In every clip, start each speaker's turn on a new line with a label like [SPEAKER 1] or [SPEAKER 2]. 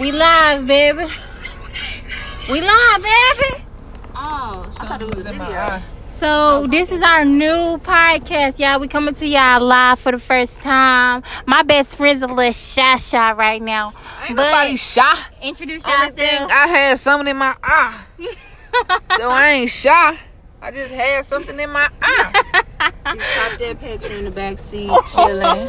[SPEAKER 1] We live, baby. We live, baby.
[SPEAKER 2] Oh, so I thought it was a video.
[SPEAKER 1] So this is our new podcast, y'all. We coming to y'all live for the first time. My best friend's a little shy, shy right now.
[SPEAKER 3] Ain't
[SPEAKER 1] but
[SPEAKER 3] nobody shy.
[SPEAKER 1] introduce
[SPEAKER 3] Only thing
[SPEAKER 1] yourself.
[SPEAKER 3] I had something in my eye. Though I ain't shy. I just had something in my eye.
[SPEAKER 2] You pop that picture in the back seat, chilling,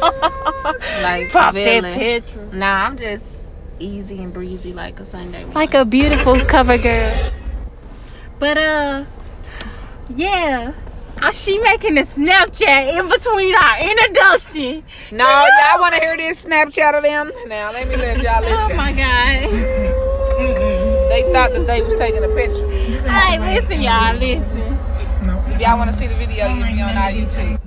[SPEAKER 2] like
[SPEAKER 1] Pop that
[SPEAKER 2] prevailing.
[SPEAKER 1] picture.
[SPEAKER 2] Nah, I'm just easy and breezy like a Sunday. morning.
[SPEAKER 1] Like a beautiful cover girl. But uh, yeah. Oh, she making a Snapchat in between our introduction.
[SPEAKER 3] No, y'all want to hear this Snapchat of them? Now, let me let y'all
[SPEAKER 1] Oh
[SPEAKER 3] listen.
[SPEAKER 1] my god.
[SPEAKER 3] They thought that they was taking a picture.
[SPEAKER 1] All right, listen, y'all, listen.
[SPEAKER 3] If y'all want to see the video, you'll be on our YouTube.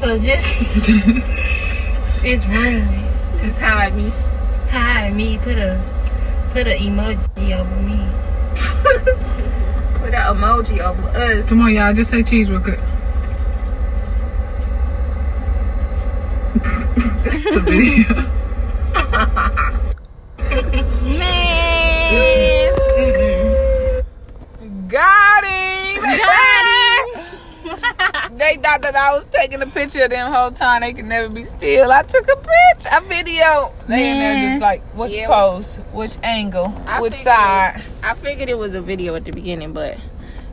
[SPEAKER 1] So just it's ruined. Just hide me. Hide me. Put a put a emoji over me.
[SPEAKER 2] Put an emoji over us.
[SPEAKER 3] Come on, y'all. Just say cheese real quick. the video.
[SPEAKER 1] Man.
[SPEAKER 3] Got him. They thought that I was taking a picture of them whole time. They could never be still. I took a picture, a video. They in there
[SPEAKER 1] Man.
[SPEAKER 3] just like, which
[SPEAKER 2] Yeah.
[SPEAKER 3] pose, which angle,
[SPEAKER 2] I
[SPEAKER 3] which
[SPEAKER 2] figured-
[SPEAKER 3] side.
[SPEAKER 2] I figured it was a video at the beginning, but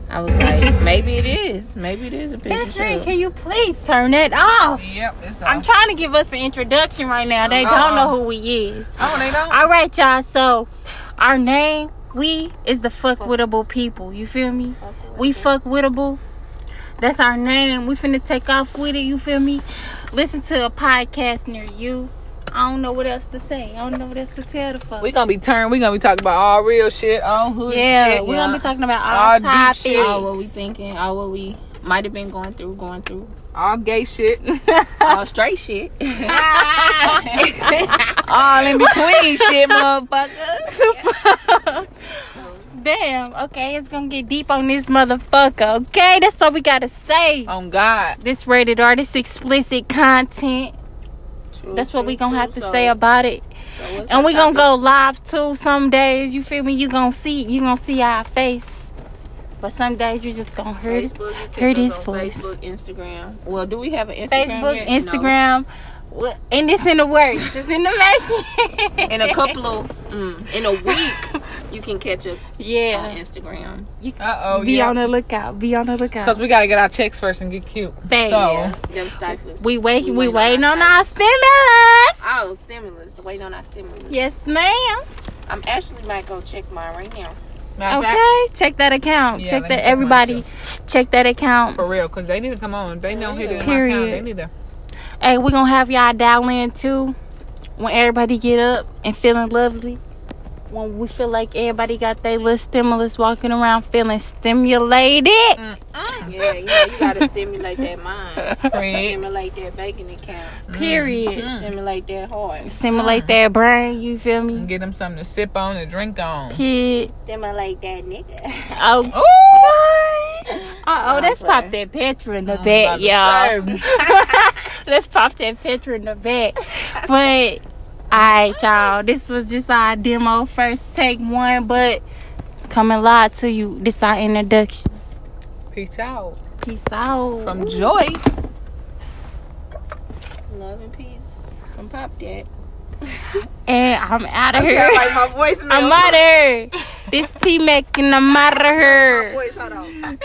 [SPEAKER 2] I was like, maybe it is. Maybe it is a picture.
[SPEAKER 1] Best friend,
[SPEAKER 2] shoot.
[SPEAKER 1] can you please turn it off?
[SPEAKER 3] Yep, it's
[SPEAKER 1] I'm
[SPEAKER 3] on.
[SPEAKER 1] trying to give us an introduction right now. They don't know who we is.
[SPEAKER 3] Oh, they don't.
[SPEAKER 1] All right, y'all. So our name, we is the fuck wittable people. You feel me? We fuck wittable. That's our name. We finna take off with it. You feel me? Listen to a podcast near you. I don't know what else to say. I don't know what else to tell the fuck.
[SPEAKER 3] We gonna be turned. We gonna be talking about all real shit on hood
[SPEAKER 1] yeah,
[SPEAKER 3] shit.
[SPEAKER 1] we're gonna be talking about all,
[SPEAKER 3] All deep
[SPEAKER 1] topics. Oh,
[SPEAKER 3] shit.
[SPEAKER 2] All what we thinking, all what we might have been going through, going through,
[SPEAKER 3] all gay shit,
[SPEAKER 2] all straight shit.
[SPEAKER 3] all in between shit, motherfuckers.
[SPEAKER 1] Damn. Okay, it's gonna get deep on this motherfucker. Okay, that's all we gotta say.
[SPEAKER 3] On Oh, God,
[SPEAKER 1] This rated artist explicit content. That's what we gonna have to say about it. And we gonna go live too some days. You feel me? You gonna see you gonna see our face. But some days you just gonna hear it.
[SPEAKER 2] Facebook, you catch
[SPEAKER 1] heard
[SPEAKER 2] us
[SPEAKER 1] his
[SPEAKER 2] on
[SPEAKER 1] voice.
[SPEAKER 2] Facebook, Instagram. Well, do we have an Instagram?
[SPEAKER 1] Facebook,
[SPEAKER 2] yet?
[SPEAKER 1] Instagram. Wha- And it's in the works. It's in the
[SPEAKER 2] No.
[SPEAKER 1] making.
[SPEAKER 2] In a couple of, mm, in a week, you can catch up on
[SPEAKER 1] Yeah.
[SPEAKER 2] Instagram.
[SPEAKER 1] You
[SPEAKER 3] uh oh,
[SPEAKER 1] be on
[SPEAKER 3] yeah.
[SPEAKER 1] the lookout. Be on the lookout.
[SPEAKER 3] Because we gotta get our checks first and get cute.
[SPEAKER 1] Babe.
[SPEAKER 3] So
[SPEAKER 2] Them stifles.
[SPEAKER 1] We wait we,
[SPEAKER 2] waiting
[SPEAKER 1] waiting on our stimulus.
[SPEAKER 2] Oh, stimulus. Waiting on our stimulus.
[SPEAKER 1] Yes, ma'am.
[SPEAKER 2] I'm actually might go check mine right now.
[SPEAKER 3] matter of fact,
[SPEAKER 1] Okay. Check that account.
[SPEAKER 3] Yeah,
[SPEAKER 1] check
[SPEAKER 3] let me
[SPEAKER 1] that
[SPEAKER 3] check mine
[SPEAKER 1] everybody
[SPEAKER 3] too.
[SPEAKER 1] check that account.
[SPEAKER 3] for real, because they need to come on. They don't hit it in my town.
[SPEAKER 1] Period.
[SPEAKER 3] They need to.
[SPEAKER 1] Hey, we're gonna have y'all dial in too when everybody get up and feeling lovely. When we feel like everybody got their little stimulus walking around feeling stimulated.
[SPEAKER 2] Yeah, yeah. You gotta stimulate that mind.
[SPEAKER 3] Fred.
[SPEAKER 2] Stimulate that banking account.
[SPEAKER 1] Period.
[SPEAKER 2] Stimulate that heart.
[SPEAKER 1] Stimulate their brain, you feel me?
[SPEAKER 3] Get them something to sip on and drink on.
[SPEAKER 1] Kid.
[SPEAKER 2] Stimulate that nigga.
[SPEAKER 1] Oh,
[SPEAKER 3] Ooh.
[SPEAKER 1] uh oh, let's pop that picture in the back, y'all.
[SPEAKER 3] Serve.
[SPEAKER 1] Let's pop that picture in the back. But, alright, y'all. This was just our demo, first take one, but coming live to you. This our introduction.
[SPEAKER 3] Peace out
[SPEAKER 1] Peace out.
[SPEAKER 3] from Joy.
[SPEAKER 2] Love and peace from Pop Dad.
[SPEAKER 1] And I'm out of here.
[SPEAKER 3] like my voice,
[SPEAKER 1] I'm out of here. This T Mac and I'm out of here.
[SPEAKER 3] voice. Hold on.